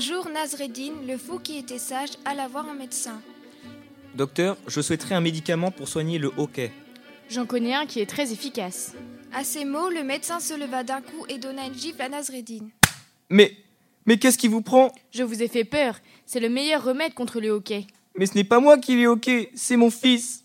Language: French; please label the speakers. Speaker 1: jour, Nazreddin, le fou qui était sage, alla voir un médecin.
Speaker 2: Docteur, je souhaiterais un médicament pour soigner le hoquet.
Speaker 3: J'en connais un qui est très efficace.
Speaker 1: À ces mots, le médecin se leva d'un coup et donna une gifle à Nazreddin.
Speaker 2: Mais, mais qu'est-ce qui vous prend
Speaker 3: Je vous ai fait peur, c'est le meilleur remède contre le hoquet.
Speaker 2: Mais ce n'est pas moi qui l'ai hoquet, c'est mon fils.